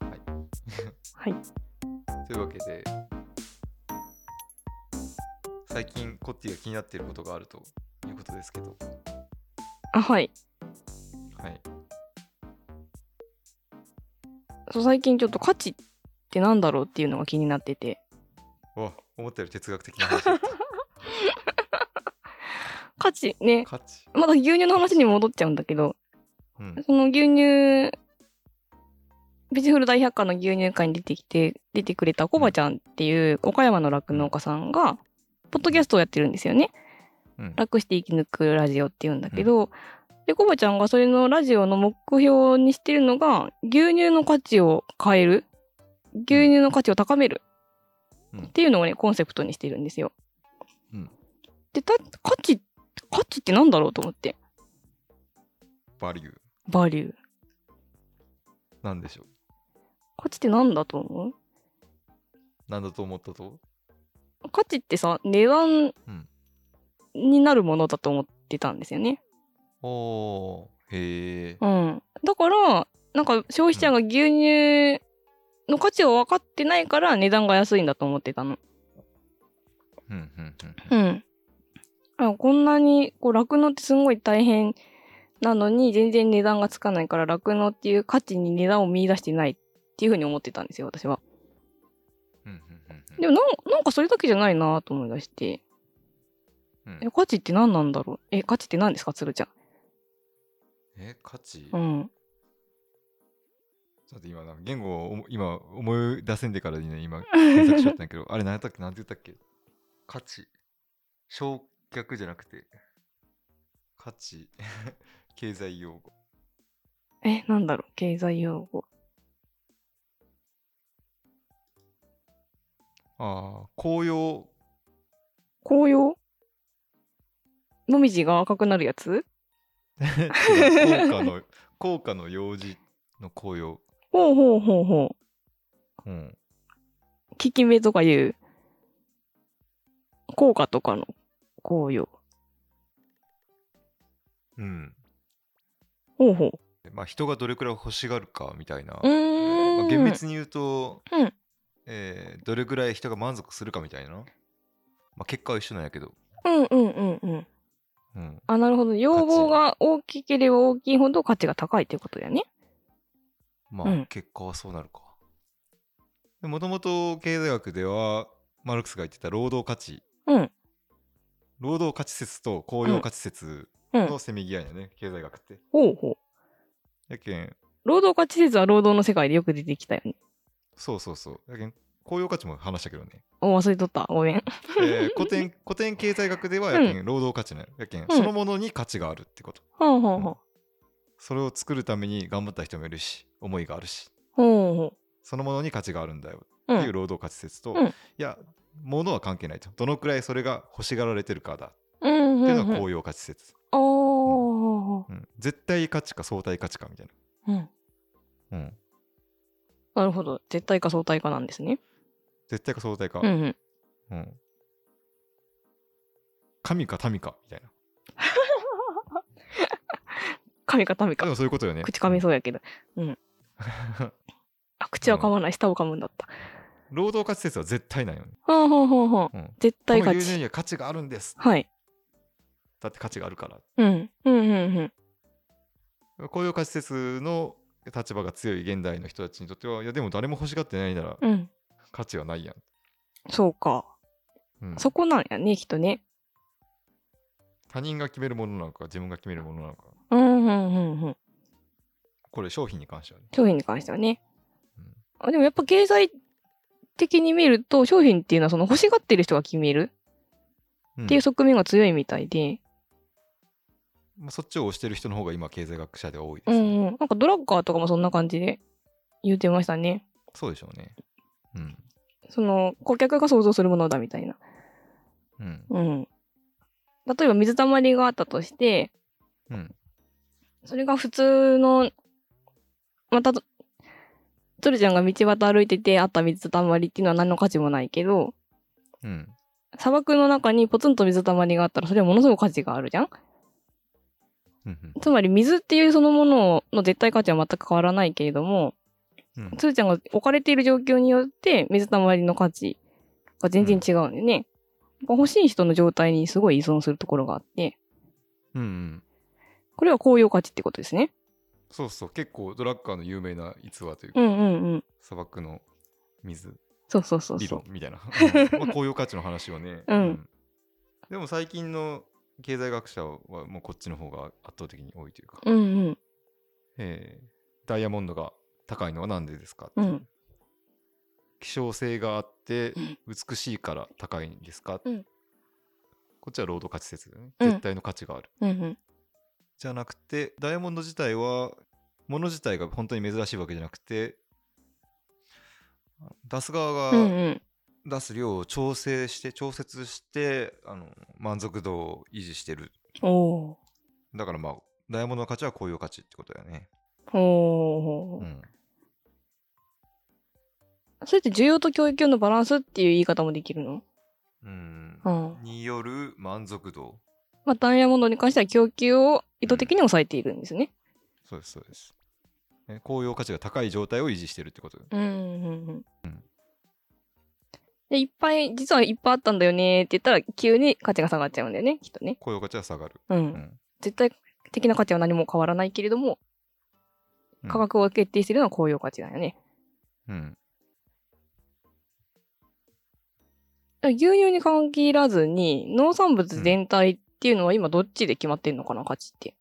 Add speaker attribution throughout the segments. Speaker 1: はい。
Speaker 2: はい。
Speaker 1: というわけで、最近コッティが気になっていることがあるということですけど、
Speaker 2: あ、はい。
Speaker 1: はい。
Speaker 2: そう最近ちょっと価値ってなんだろうっていうのが気になってて。
Speaker 1: わ、思ったより哲学的な話 だった。
Speaker 2: 価値ね。
Speaker 1: 価値。
Speaker 2: まだ牛乳の話に戻っちゃうんだけど、
Speaker 1: うん。
Speaker 2: その牛乳、ビジフル大百科の牛乳会に出てきて、出てくれたコバちゃんっていう岡山の酪農家さんが、ポッドキャストをやってるんですよね。
Speaker 1: うん。
Speaker 2: 楽して生き抜くラジオっていうんだけど、で、コバちゃんがそれのラジオの目標にしてるのが、牛乳の価値を変える。牛乳の価値を高める。
Speaker 1: うん
Speaker 2: っていうのをね、コンセプトにしてるんですよ。
Speaker 1: うん
Speaker 2: で、た、価値、価値ってなんだろうと思って。
Speaker 1: バリュー。
Speaker 2: バリュー。
Speaker 1: なんでしょう。
Speaker 2: 価値ってなんだと思う
Speaker 1: なんだと思ったと
Speaker 2: 価値ってさ、値段
Speaker 1: うん
Speaker 2: になるものだと思ってたんですよね。
Speaker 1: おー、へえ。
Speaker 2: うん、だからなんか消費者が牛乳の価値を分かってないから値段が安いんだと思ってたの。
Speaker 1: うん、うん、うん。
Speaker 2: うん、あこんなにこう酪農ってすごい大変なのに全然値段がつかないから酪農っていう価値に値段を見出してないっていうふうに思ってたんですよ私は。
Speaker 1: うん、うん、うん。
Speaker 2: でもなんなんかそれだけじゃないなと思い出して
Speaker 1: うん
Speaker 2: え価値って何なんだろうえ価値って何ですか鶴ちゃん。
Speaker 1: え、価値、
Speaker 2: うん、
Speaker 1: ちょっと今なんか言語を思今思い出せんでからにね今検索しちゃったんやけどあれ何やったっけ何て言ったっけ価値償却じゃなくて価値 経済用語
Speaker 2: えなんだろう経済用語。
Speaker 1: ああ紅葉
Speaker 2: 紅葉もみじが赤くなるやつ
Speaker 1: 違う効果の効果の用事の紅葉
Speaker 2: ほうほうほうほ
Speaker 1: うん
Speaker 2: う。効き目とかいう、効果とかの紅葉。
Speaker 1: うん
Speaker 2: ほうほう。
Speaker 1: でまあ人がどれくらい欲しがるかみたいな、
Speaker 2: う
Speaker 1: ま
Speaker 2: ー
Speaker 1: あ
Speaker 2: ん。
Speaker 1: 厳密に言うと、
Speaker 2: うん
Speaker 1: えーどれくらい人が満足するかみたいな、まあ、結果は一緒なんやけど
Speaker 2: うんうんうんうん。
Speaker 1: うん
Speaker 2: あ、なるほど。要望が大きければ大きいほど価値が高いってことだよね。
Speaker 1: まあ、
Speaker 2: うん
Speaker 1: 結果はそうなるか。もともと経済学ではマルクスが言ってた労働価値
Speaker 2: うん。
Speaker 1: 労働価値説と公用価値説
Speaker 2: うん。
Speaker 1: のせめぎ合いだね、経済学って。
Speaker 2: ほうほう。
Speaker 1: やけん
Speaker 2: 労働価値説は労働の世界でよく出てきたよね。
Speaker 1: そうそうそうやけん公用価値も話したけどね、
Speaker 2: お、忘れとった。ごめん。
Speaker 1: えー古典古典経済学ではやけん労働価値なのやけん、
Speaker 2: ん
Speaker 1: そのものに価値があるってこと
Speaker 2: ほうほうほう。
Speaker 1: それを作るために頑張った人もいるし思いがあるし
Speaker 2: ほうほ
Speaker 1: そのものに価値があるんだよ
Speaker 2: う。う。
Speaker 1: っていうん労働価値説と、
Speaker 2: うん
Speaker 1: いやものは関係ないとどのくらいそれが欲しがられてるかだ
Speaker 2: うん
Speaker 1: っ
Speaker 2: う
Speaker 1: て
Speaker 2: ん
Speaker 1: いうの
Speaker 2: う
Speaker 1: が
Speaker 2: ん。
Speaker 1: 高揚価値説、
Speaker 2: おー。
Speaker 1: うん絶対価値か相対価値かみたい
Speaker 2: うん。
Speaker 1: な、うん、
Speaker 2: なるほど。絶対か相対かなんですね。
Speaker 1: 絶対か相対か、
Speaker 2: うんうん。
Speaker 1: うん神か民かみたいな
Speaker 2: 神か民
Speaker 1: あ
Speaker 2: か
Speaker 1: で。もそういうことよね
Speaker 2: 口噛みそうやけど。あ、口は噛まない、舌を噛むんだった。
Speaker 1: 労働価値説は絶対なんよね、
Speaker 2: ほうほうほうほう。
Speaker 1: うん、
Speaker 2: 絶対
Speaker 1: この
Speaker 2: 勝
Speaker 1: 牛乳
Speaker 2: ち。
Speaker 1: には価値があるんです
Speaker 2: はい。
Speaker 1: だって価値があるから
Speaker 2: うん。うんうんうん。
Speaker 1: 高揚価値説の立場が強い現代の人たちにとってはいやでも誰も欲しがってないなら
Speaker 2: うん。
Speaker 1: 価値はないやん、
Speaker 2: そうか。
Speaker 1: うん
Speaker 2: そこなんやね、きっとね。
Speaker 1: 他人が決めるものなのか自分が決めるものなのか
Speaker 2: うんうんうんうん。
Speaker 1: これ商品に関してはね
Speaker 2: 商品に関してはね
Speaker 1: うん。
Speaker 2: あでもやっぱ経済的に見ると、商品っていうのはその欲しがってる人が決める
Speaker 1: うん
Speaker 2: っていう側面が強いみたいで。
Speaker 1: まあ、そっちを推してる人の方が今経済学者では多いで
Speaker 2: う
Speaker 1: すね、
Speaker 2: んうん。なんかドラッカーとかもそんな感じで言ってましたね。
Speaker 1: そうでしょうね。うん。
Speaker 2: その顧客が想像するものだみたいな。
Speaker 1: うん。
Speaker 2: うん。例えば水たまりがあったとして、
Speaker 1: うん。
Speaker 2: それが普通の、また、トルちゃんが道端歩いててあった水たまりっていうのは何の価値もないけど、
Speaker 1: うん。
Speaker 2: 砂漠の中にポツンと水たまりがあったらそれはものすごく価値があるじゃん
Speaker 1: うんうん
Speaker 2: つまり水っていうそのものの絶対価値は全く変わらないけれども、
Speaker 1: うん
Speaker 2: つーちゃんが置かれている状況によって水たまりの価値が全然違うんでね、やっぱ欲しい人の状態にすごい依存するところがあって、
Speaker 1: うんうん
Speaker 2: これは高揚価値ってことですね。
Speaker 1: そうそう結構ドラッカーの有名な逸話というか、
Speaker 2: うんうんうん。
Speaker 1: 砂漠の水
Speaker 2: そうそうそう
Speaker 1: 理
Speaker 2: そう
Speaker 1: 論。みたい なまあ高揚価値の話をね、
Speaker 2: うん
Speaker 1: でも最近の経済学者はもうこっちの方が圧倒的に多いというか、
Speaker 2: うんうん
Speaker 1: えーダイヤモンドが高いのはなんでですかって
Speaker 2: う
Speaker 1: いうん希少性があって
Speaker 2: うん
Speaker 1: 美しいから高いんですか、
Speaker 2: うん
Speaker 1: こっちは労働価値説だよね、
Speaker 2: うん
Speaker 1: 絶対の価値がある
Speaker 2: うんうん
Speaker 1: じゃなくてダイヤモンド自体は物自体が本当に珍しいわけじゃなくて出す側
Speaker 2: う
Speaker 1: が
Speaker 2: んうん
Speaker 1: 出す量を調整して調節してあの満足度を維持してる
Speaker 2: お
Speaker 1: だからまあダイヤモンドの価値はこういう価値ってことだよね、
Speaker 2: ーお
Speaker 1: う
Speaker 2: ー
Speaker 1: ん、
Speaker 2: それって需要と供給のバランスっていう言い方もできるの
Speaker 1: うん
Speaker 2: うん。
Speaker 1: による満足度
Speaker 2: まあ、ダイヤモンドに関しては供給を意図的に抑えているんですね。
Speaker 1: そうですそうですね高揚価値が高い状態を維持してるってこと
Speaker 2: うんうんうん
Speaker 1: うん
Speaker 2: でいっぱい実はいっぱいあったんだよねって言ったら急に価値が下がっちゃうんだよねきっとね、
Speaker 1: 高揚価値は下がる、
Speaker 2: うん
Speaker 1: うん
Speaker 2: 絶対的な価値は何も変わらないけれども
Speaker 1: うん
Speaker 2: 価格を決定しているのは高揚価値だよね、
Speaker 1: うん
Speaker 2: だから牛乳に限らずに農産物全体っていうのは今どっちで決まってんのかな価値って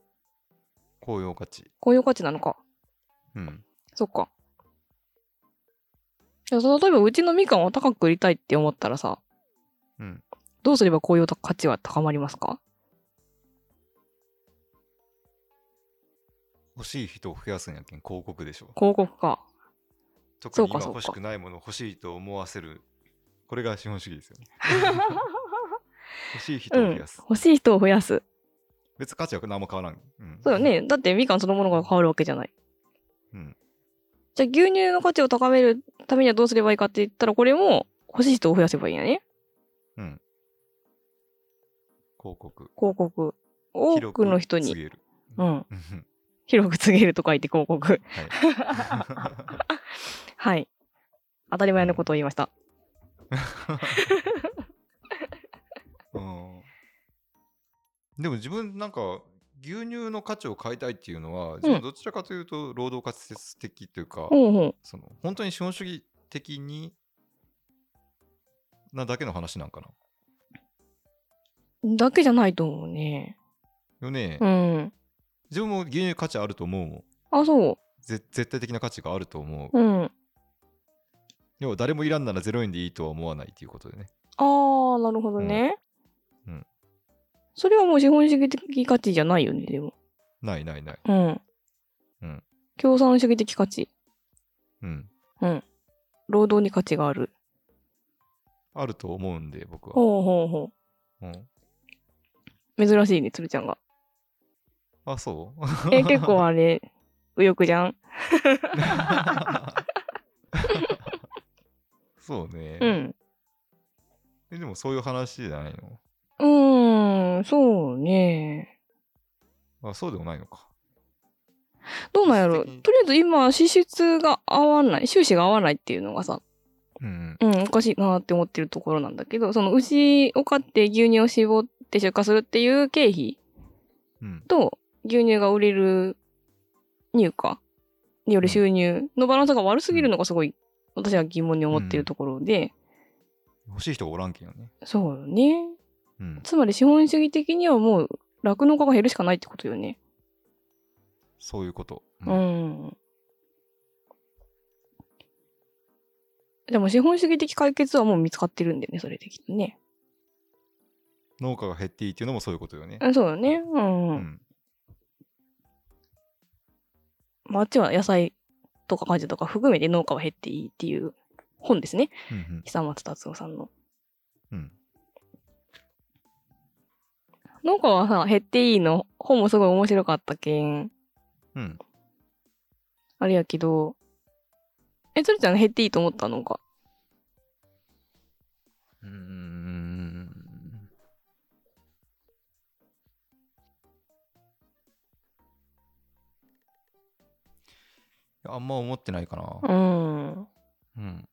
Speaker 1: 高揚価値
Speaker 2: 高揚価値なのか
Speaker 1: うん
Speaker 2: そっかいや例えばうちのみかんを高く売りたいって思ったらさ
Speaker 1: うん
Speaker 2: どうすれば高揚と価値は高まりますか
Speaker 1: 欲しい人を増やすんやけん広告でしょ
Speaker 2: 広告か
Speaker 1: 特に
Speaker 2: そう
Speaker 1: 今
Speaker 2: かそうか
Speaker 1: 欲しくないものを欲しいと思わせるこれが資本主義ですよ ね欲しい人を増やす、
Speaker 2: 欲しい人を増やす
Speaker 1: 別に価値は何も変わらん、うん、
Speaker 2: そうよね。だってみかんそのものが変わるわけじゃない。
Speaker 1: うん
Speaker 2: じゃあ牛乳の価値を高めるためにはどうすればいいかって言ったら、これも欲しい人を増やせばいいんやね。
Speaker 1: うん広告
Speaker 2: 広告。多
Speaker 1: 広
Speaker 2: くの人に。
Speaker 1: 告告げる
Speaker 2: うん。
Speaker 1: うん
Speaker 2: 広く告げると書いて広告。
Speaker 1: はい
Speaker 2: はい。当たり前のことを言いました。
Speaker 1: うんでも自分なんか牛乳の価値を変えたいっていうのは自分どちらかというと労働活説的というか、
Speaker 2: ほうほ
Speaker 1: その本当に資本主義的になだけの話なんかな
Speaker 2: う。だけじゃないと思うね。
Speaker 1: よね、
Speaker 2: うん。
Speaker 1: 自分も牛乳価値あると思うもん
Speaker 2: あ、そ
Speaker 1: ぜ絶対的な価値があると思う、
Speaker 2: う。うん。あ
Speaker 1: 要は誰もいらんなら0円でいいとは思わないっていうことでね
Speaker 2: ー、なるほどね。
Speaker 1: うんうん
Speaker 2: それはもう資本主義的価値じゃないよね、でも。
Speaker 1: ないないない
Speaker 2: うん。
Speaker 1: うん。
Speaker 2: 共産主義的価値。
Speaker 1: うん
Speaker 2: 労働に価値がある。
Speaker 1: あると思うんで僕は、
Speaker 2: ほうほうほ
Speaker 1: うん、
Speaker 2: う。珍しいね、つるちゃんが。
Speaker 1: あそう
Speaker 2: え、結構あれ、右翼じ ゃん。
Speaker 1: そうね、
Speaker 2: うん。
Speaker 1: えでもそういう話じゃないの
Speaker 2: うーん、そうね。
Speaker 1: あそうでもないのか。
Speaker 2: どうなんやろ。
Speaker 1: 実
Speaker 2: と
Speaker 1: 質的
Speaker 2: り
Speaker 1: に
Speaker 2: あえず今、支出が合わない、収支が合わないっていうのがさ、
Speaker 1: うん
Speaker 2: うん、おかしいなって思ってるところなんだけど、その牛を飼って牛乳を絞って出荷するっていう経費
Speaker 1: うん。うん。
Speaker 2: と、牛乳が売れる入荷による収入のバランスが悪すぎるのがすごい、私は疑問に思ってるところで、
Speaker 1: 欲しい人がおらんけんよね。
Speaker 2: そうよね。
Speaker 1: うん。
Speaker 2: つまり資本主義的にはもう酪農家が減るしかないってことよね。
Speaker 1: そういうこと。う。
Speaker 2: うんん。でも資本主義的解決はもう見つかってるんだよね、それできっとね。
Speaker 1: 農家が減っていいっていうのもそういうことよね。
Speaker 2: うんそうよね。うん。
Speaker 1: う。
Speaker 2: うんまあ、あっちは野菜とか果樹とか含めて農家は減っていいっていう本ですね。
Speaker 1: うん。
Speaker 2: 久松達夫さんの。
Speaker 1: うん。
Speaker 2: 農家はさ、減っていいの本もすごい面白かったけん。
Speaker 1: うん。
Speaker 2: あれやけど。え、つるちゃん減っていいと思ったのか。
Speaker 1: うーん。あんま思ってないか
Speaker 2: う
Speaker 1: な。
Speaker 2: ん。
Speaker 1: うん。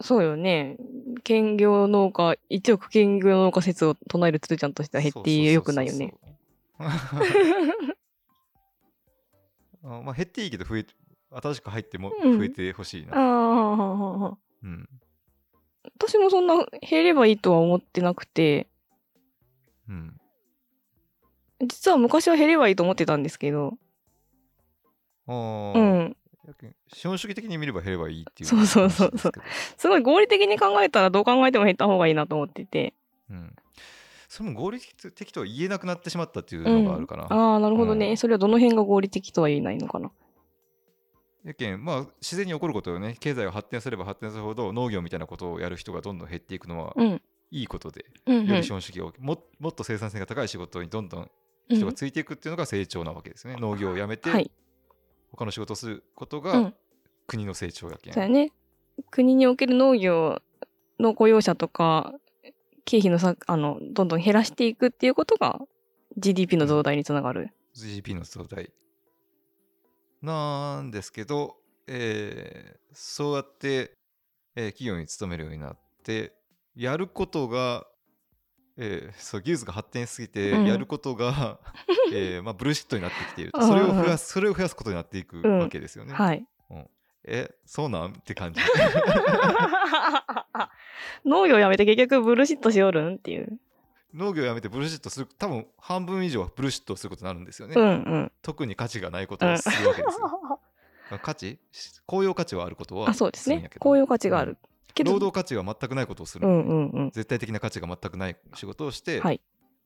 Speaker 2: そうよね。兼業農家、一億兼業農家説を唱えるつるちゃんとしては減ってよくないよね。
Speaker 1: そうそうそうそう。あまあ減っていいけど増え新しく入っても
Speaker 2: うん
Speaker 1: 増えてほしい
Speaker 2: あ
Speaker 1: な。
Speaker 2: あ、
Speaker 1: うん。
Speaker 2: 私もそんな減ればいいとは思ってなくて、
Speaker 1: うん。
Speaker 2: 実は昔は減ればいいと思ってたんですけど、
Speaker 1: あ
Speaker 2: う
Speaker 1: あ、
Speaker 2: ん。
Speaker 1: 資本主義的に見れば減ればいいっていう
Speaker 2: そうそうそうそう
Speaker 1: 話ですけど
Speaker 2: すごい合理的に考えたらどう考えても減った方がいいなと思ってて。
Speaker 1: うん。それも合理的とは言えなくなってしまったっていうのがあるかな。
Speaker 2: ああ、なるほどね、
Speaker 1: うん
Speaker 2: それはどの辺が合理的とは言えないのかな。
Speaker 1: やけん、まあ、自然に起こることよね、経済が発展すれば発展するほど、農業みたいなことをやる人がどんどん減っていくのは
Speaker 2: うん。
Speaker 1: いいことで、
Speaker 2: うん、う
Speaker 1: より資
Speaker 2: ん。
Speaker 1: 本主義をも、もっと生産性が高い仕事にどんどん
Speaker 2: う
Speaker 1: 人が
Speaker 2: ん
Speaker 1: ついていくっていうのが成長なわけですね。農業をやめて、
Speaker 2: はい。
Speaker 1: 他の仕事をすること
Speaker 2: う
Speaker 1: が
Speaker 2: ん。
Speaker 1: 国の成長やけん。
Speaker 2: そうやね。国における農業の雇用者とか、経費のさ、あの、どんどん減らしていくっていうことが、GDP の増大につながる。
Speaker 1: GDP の増大。なんですけど、えーそうやって、えー企業に勤めるようになって、やることが、えーそう技術が発展しすぎて、
Speaker 2: うん
Speaker 1: やること が、えーまあ、ブルーシットになってきていると
Speaker 2: うん
Speaker 1: それを増やすそれを増やすことになっていく
Speaker 2: うん
Speaker 1: わけですよね。
Speaker 2: はい。
Speaker 1: えそうなんって感 じ。
Speaker 2: 農業やめて結局ブルシットしおるんっていう。
Speaker 1: 農業やめてブルーシットする多分半分以上はブルーシットをすることになるんですよね。
Speaker 2: うんうん。
Speaker 1: 特に価値がないことをするわけですよ。まあ価値公用価値はあることは
Speaker 2: あ、そうです
Speaker 1: るんや
Speaker 2: ね
Speaker 1: け。ど
Speaker 2: 公用価値がある。けど
Speaker 1: 労働価値が全くないことをする、
Speaker 2: うんうんうん。
Speaker 1: 絶対的な価値が全くない仕事をして、
Speaker 2: はい。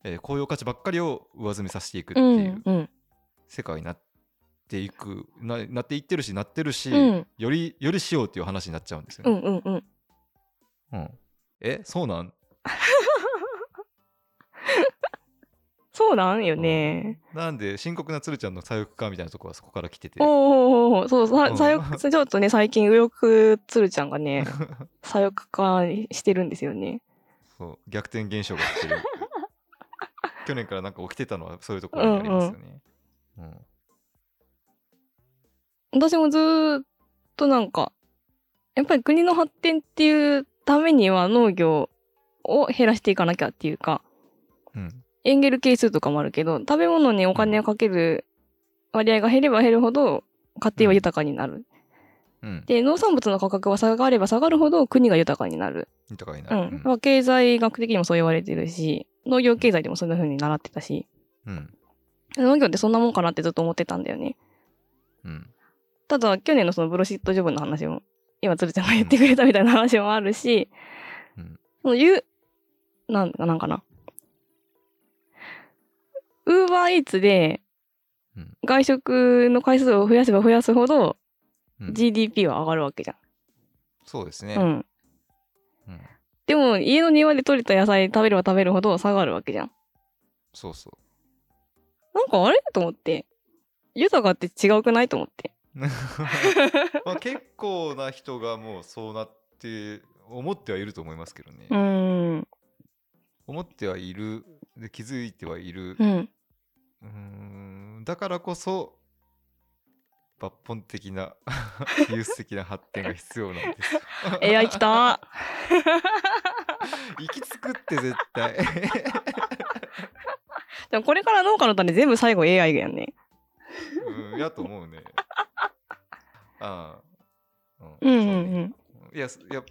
Speaker 1: えー公用価値ばっかりを上積みさせていくって
Speaker 2: う
Speaker 1: い
Speaker 2: ん
Speaker 1: う
Speaker 2: うん。
Speaker 1: 世界になっていくななっていってるしなってるし、
Speaker 2: うん
Speaker 1: よりよりしようっていう話になっちゃうんですよ
Speaker 2: う
Speaker 1: ね。
Speaker 2: んうんうん。
Speaker 1: うんえそうなん
Speaker 2: そうなんよね。
Speaker 1: なんで深刻な鶴ちゃんの左翼化みたいなとこはそこから来てて
Speaker 2: おーおーおーそう、
Speaker 1: う
Speaker 2: さ
Speaker 1: ん
Speaker 2: 左翼、ちょっとね、最近右翼つるちゃん がね、左翼化してるんですよね。
Speaker 1: そう逆転現象が起きて る去年からなんか起きてたのはそういうところにありますよね。うん
Speaker 2: 私もずーっとなんか、やっぱり国の発展っていうためには農業を減らしていかなきゃっていうか、
Speaker 1: うん
Speaker 2: エンゲル係数とかもあるけど、食べ物にお金をかける割合が減れば減るほど、家庭は豊かになる。
Speaker 1: うん、
Speaker 2: で、農産物の価格が下がれば下がるほど国が豊かになる。
Speaker 1: 豊かにな
Speaker 2: う
Speaker 1: る。
Speaker 2: ん。まあ経済学的にもそう言われてるし、農業経済でもそんな風に習ってたし、
Speaker 1: うん
Speaker 2: 農業ってそんなもんかなってずっと思ってたんだよね。
Speaker 1: うん
Speaker 2: ただ、去年のそのブロシットジョブの話も、今、鶴ちゃんが言ってくれたみたいな話もあるし、
Speaker 1: うん
Speaker 2: その、ゆ、なんか、なんかな。ウーバーイーツで
Speaker 1: うん、
Speaker 2: 外食の回数を増やせば増やすほど、
Speaker 1: うん
Speaker 2: GDP は上がるわけじゃ
Speaker 1: そうです
Speaker 2: ん。う
Speaker 1: ね。
Speaker 2: ん。
Speaker 1: うん
Speaker 2: でも、家の庭で採れた野菜食べれば食べるほど下がるわけじゃん。
Speaker 1: そうそ
Speaker 2: なんかあれと思って。豊かって違うくないと思って。
Speaker 1: う。 まあ結構な人がもうそうなって思ってはいると思いますけどね。
Speaker 2: うん。
Speaker 1: 思ってはいるで気づいてはいる
Speaker 2: う。ん。
Speaker 1: うーんだからこそ抜本的な 技術的な発展が必要なん ですよ。
Speaker 2: AI 来た。
Speaker 1: 行き着くって絶対
Speaker 2: でもこれから農家の種全部最後 AI やんね。
Speaker 1: うんやと思うね。ああ、
Speaker 2: う
Speaker 1: うんんそう
Speaker 2: う
Speaker 1: んね
Speaker 2: うん。
Speaker 1: いやすいや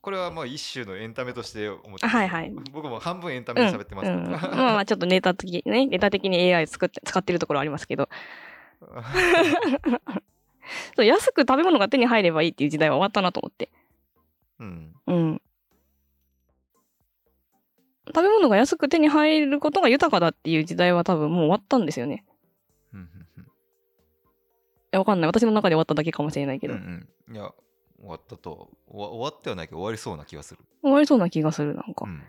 Speaker 1: これはまあ一種のエンタメとして思って
Speaker 2: あはいはい
Speaker 1: 僕も半分エンタ
Speaker 2: う
Speaker 1: メ
Speaker 2: ん、
Speaker 1: で喋ってます
Speaker 2: うん、
Speaker 1: け
Speaker 2: ま
Speaker 1: ど
Speaker 2: あまあちょっとネタ的ねネタ的に AI 作って使ってるところありますけどそう安く食べ物が手に入ればいいっていう時代は終わったなと思って
Speaker 1: うん
Speaker 2: うん食べ物が安く手に入ることが豊かだっていう時代は多分もう終わったんですよね
Speaker 1: うんうんうん
Speaker 2: いやわかんない私の中で終わっただけかもしれないけ
Speaker 1: う
Speaker 2: ど、
Speaker 1: んうんいや終わったと終わ終わってはないけど終わりそうな気がする、
Speaker 2: 終わりそうな気がするなんか、
Speaker 1: うん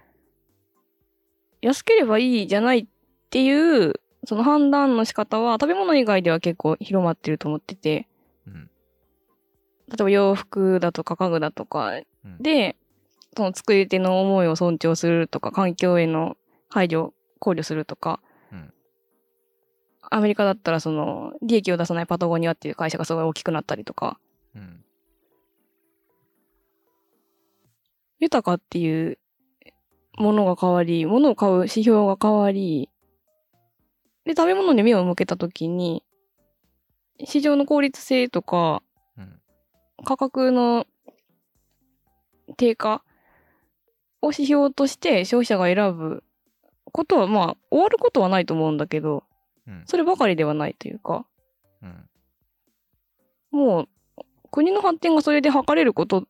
Speaker 2: 安ければいいじゃないっていうその判断の仕方は食べ物以外では結構広まってると思ってて
Speaker 1: うん
Speaker 2: 例えば洋服だとか家具だとか
Speaker 1: うん、
Speaker 2: でその作り手の思いを尊重するとか環境への配慮考慮するとか、
Speaker 1: うん
Speaker 2: アメリカだったらその利益を出さないパタゴニアっていう会社がすごい大きくなったりとか
Speaker 1: うん。
Speaker 2: 豊かっていうものが変わり物を買う指標が変わりで食べ物に目を向けた時に市場の効率性とか
Speaker 1: うん。
Speaker 2: 価格の低下を指標として消費者が選ぶことはまあ終わることはないと思うんだけど
Speaker 1: うん。
Speaker 2: そればかりではないというか
Speaker 1: うん。
Speaker 2: もう国の発展がそれで測れること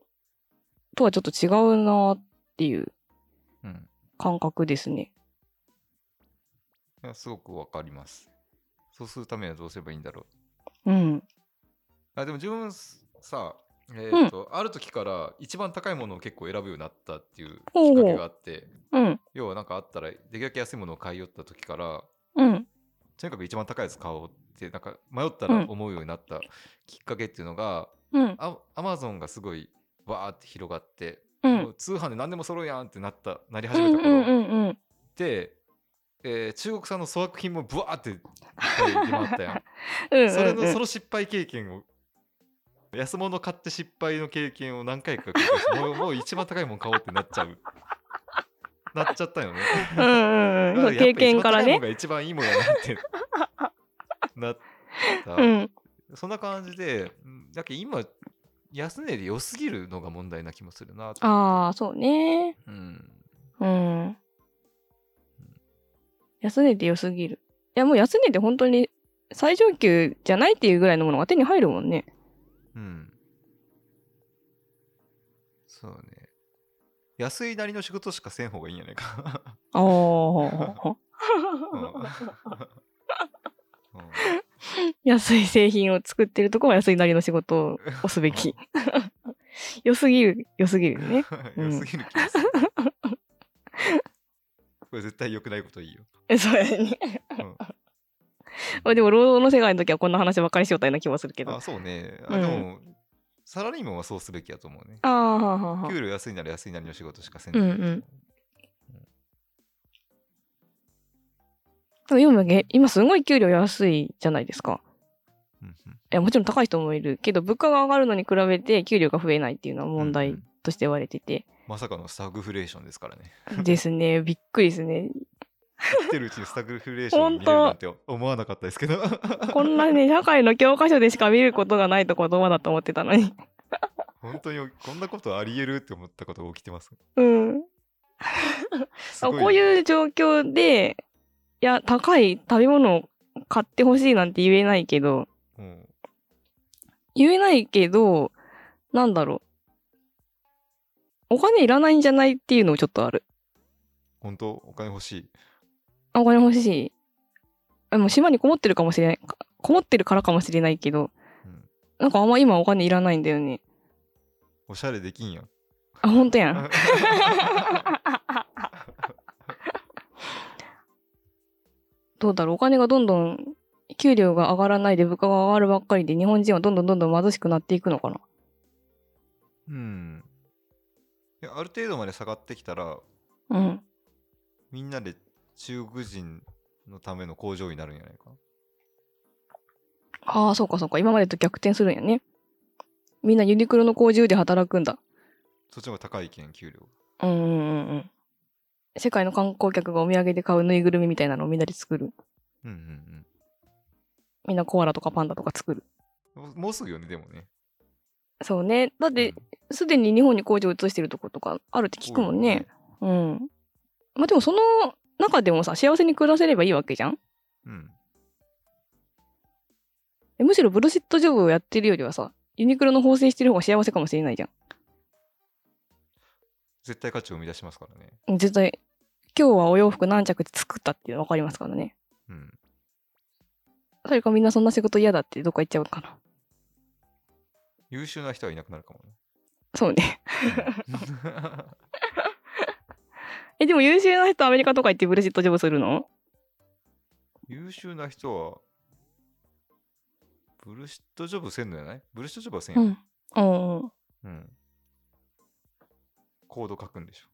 Speaker 2: とはちょっと違うなっていう
Speaker 1: うん。
Speaker 2: 感覚ですね。
Speaker 1: いやすごくわかります。そうするためにはどうすればいいんだろう。
Speaker 2: うん。
Speaker 1: あでも自分すさ、えーとある時から一番高いものを結構選ぶようになったっていうきっかけがあって
Speaker 2: うん。
Speaker 1: 要はなんかあったらできるだけ安いものを買い寄った時から
Speaker 2: うん。
Speaker 1: とにかく一番高いやつ買おうってなんか迷ったら
Speaker 2: うん
Speaker 1: 思うようになったきっかけっていうのが、
Speaker 2: うん。
Speaker 1: あアマゾンがすごいわーって広がって、
Speaker 2: う
Speaker 1: も
Speaker 2: ん。
Speaker 1: う通販で何でも揃うやんってなったなり
Speaker 2: う
Speaker 1: 始め
Speaker 2: ん
Speaker 1: た
Speaker 2: うんう
Speaker 1: 頃
Speaker 2: んうん。
Speaker 1: で、えー中国産の粗悪品もブワーって出回ったやん。
Speaker 2: うん
Speaker 1: それの
Speaker 2: う
Speaker 1: そ
Speaker 2: ん
Speaker 1: の失敗経験を安物買って失敗の経験を何回か繰り返してもうもう一番高いもん買おうってなっちゃうなっちゃったよ ね
Speaker 2: うんうん。そう経験からね。
Speaker 1: やっぱ一番高いもんが一番いいもんやなってなった、
Speaker 2: うん。
Speaker 1: そんな感じでうんだけど今安値で良すぎるのが問題な気もするなと、
Speaker 2: ああ、そうね。
Speaker 1: うん、
Speaker 2: うん。安値で良すぎる。いや、もう安値で本当に最上級じゃないっていうぐらいのものが手に入るもんね。
Speaker 1: うん。そうね。安いなりの仕事しかせん方がいいんやないか。
Speaker 2: ああ。
Speaker 1: うんうん
Speaker 2: 安い製品を作ってるとこは安いなりの仕事をすべ き。良すぎる、良すぎるよね。う ん
Speaker 1: 良すぎる気がする。これ絶対良くないこといいよ。
Speaker 2: えそうやね。
Speaker 1: うん
Speaker 2: まあ でも、労働の世界の時はこんな話ばっかりしようたような気はするけど。あ
Speaker 1: あ、そうね。
Speaker 2: う
Speaker 1: あ
Speaker 2: ん
Speaker 1: でも、サラリーマンはそうすべきやと思うね。
Speaker 2: あー、はあはあはあ
Speaker 1: 給料安いなら安いなりの仕事しかせん。
Speaker 2: うんうん。でも今げ、今すごい給料安いじゃないですか。
Speaker 1: うんうん
Speaker 2: いや、もちろん高い人もいるけど、物価が上がるのに比べて給料が増えないっていうのは問題として言われてて。
Speaker 1: まさかのスタグフレーションですからね。
Speaker 2: ですね。 びっくりですね。
Speaker 1: 生きてるうちにスタグフレーション見れるなんて思わなかったですけ ど。
Speaker 2: こんなね、社会の教科書でしか見ることがないとこ言葉だと思ってた のに。
Speaker 1: 本当にこんなことありえるって思ったことが起きてます。
Speaker 2: うん。
Speaker 1: す
Speaker 2: あ
Speaker 1: ごい
Speaker 2: こう
Speaker 1: う。
Speaker 2: いう状況で、いや、高い食べ物を買ってほしいなんて言えないけど、
Speaker 1: ん、
Speaker 2: 言えないけど、なんだろう。お金いらないんじゃないっていうのもちょっとある。
Speaker 1: 本当お金欲しい。
Speaker 2: あお金欲しい。あもう島にこもってるかもしれない。かこもってるからかもしれないけど、
Speaker 1: うん、
Speaker 2: なんかあんま今お金いらないんだよね。
Speaker 1: おしゃれできん やん。
Speaker 2: あ、ほんとやん。 どうだろうお金がどんどん給料が上がらないで物価が上がるばっかりで日本人はどんどんどんどん貧しくなっていくのかな
Speaker 1: うん。いやある程度まで下がってきたら、
Speaker 2: うん。
Speaker 1: みんなで中国人のための工場になるんじゃないか。
Speaker 2: ああ、そうかそうか。今までと逆転するんやね。みんなユニクロの工場で働くんだ。
Speaker 1: そっちの方が高いけん、給料。
Speaker 2: うんうんうんうん。世界の観光客がお土産で買うぬいぐるみみたいなのをみんなで作る。
Speaker 1: うんうん
Speaker 2: みんなコアラとかパンダとか作る。
Speaker 1: うん。もうもうすぐよね、でもね。
Speaker 2: そうね。だって、すでに日本に工場を移してるとことかあるって聞くもんね。うん。まあでもその中でもさ、幸せに暮らせればいいわけじゃん
Speaker 1: 多いよね。
Speaker 2: えむしろブルシットジョブをやってるよりはさ、ユニクロの縫製してる方が幸せかもしれないじゃ
Speaker 1: 絶対価値を生み出しますからね。
Speaker 2: ん。絶対、今日はお洋服何着作ったっていうの分かりますからね。
Speaker 1: うん。
Speaker 2: それかみんなそんな仕事嫌だってどっか行っちゃうかな。
Speaker 1: 優秀な人はいなくなるかもね。
Speaker 2: そうね。
Speaker 1: うん
Speaker 2: え、でも優秀な人アメリカとか行ってブルシットジョブするの
Speaker 1: 優秀な人は、ブルシットジョブせんのやないブルシットジョブはせんやん。
Speaker 2: ん。うん。
Speaker 1: うん。コード書くんでしょ。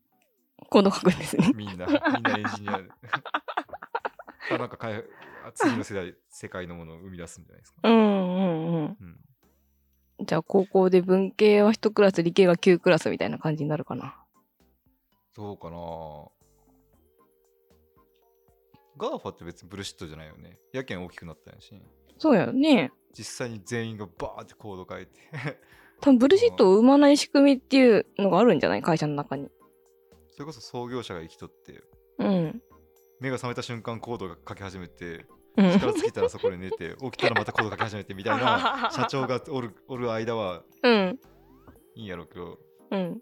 Speaker 2: コード書くんですね。
Speaker 1: みんな、みんなエンジニアで。 あなんかかえ次の世代、世界のものを生み出すんじゃないですか。
Speaker 2: うんうんうん。
Speaker 1: うん、
Speaker 2: じゃあ高校で文系は1クラス、理系は9クラスみたいな感じになるかな。
Speaker 1: どうかなガーファって別にブルシットじゃないよね。やけん大きくなったんやし、
Speaker 2: そうやね。
Speaker 1: 実際に全員がバーってコード書いて。
Speaker 2: 多分ブルシットを生まない仕組みっていうのがあるんじゃない会社の中に。
Speaker 1: それこそ創業者が生きとって、
Speaker 2: うん。
Speaker 1: 目が覚めた瞬間コードが書き始めて、
Speaker 2: うん
Speaker 1: 力尽きたらそこで寝て、起きたらまたコード書き始めてみたい な社長がおるおる間は
Speaker 2: うん。
Speaker 1: いいんやろうけど、
Speaker 2: うん。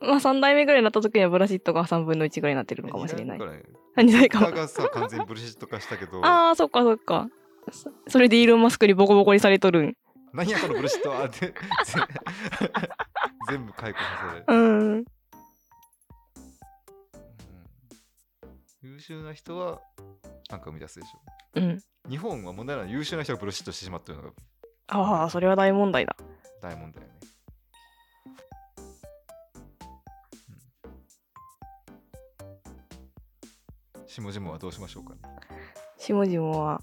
Speaker 2: まあ3代目ぐらいになった時にはブラシットが3分の1ぐらいになってるのかもしれない
Speaker 1: 二。代目からね
Speaker 2: 2代か
Speaker 1: ツイッター
Speaker 2: も。
Speaker 1: がさ、完全にブルシット化したけど、
Speaker 2: ああ、そっかそっか。そそれでイーロン・マスクにボコボコにされとるん。
Speaker 1: 何やこのブルシットはって、全全部解雇させる。
Speaker 2: うん。
Speaker 1: うん優秀な人はなんか生み出すでし
Speaker 2: うん。
Speaker 1: ょ。日本は問題なのは優秀な人がブルシットしてしまってるのが
Speaker 2: ああ、それは大問題だ。
Speaker 1: 大問題よね。うん下々はどうしましょうかね。
Speaker 2: しもじもは。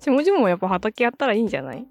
Speaker 2: しもじもやっぱ畑やったらいいんじゃない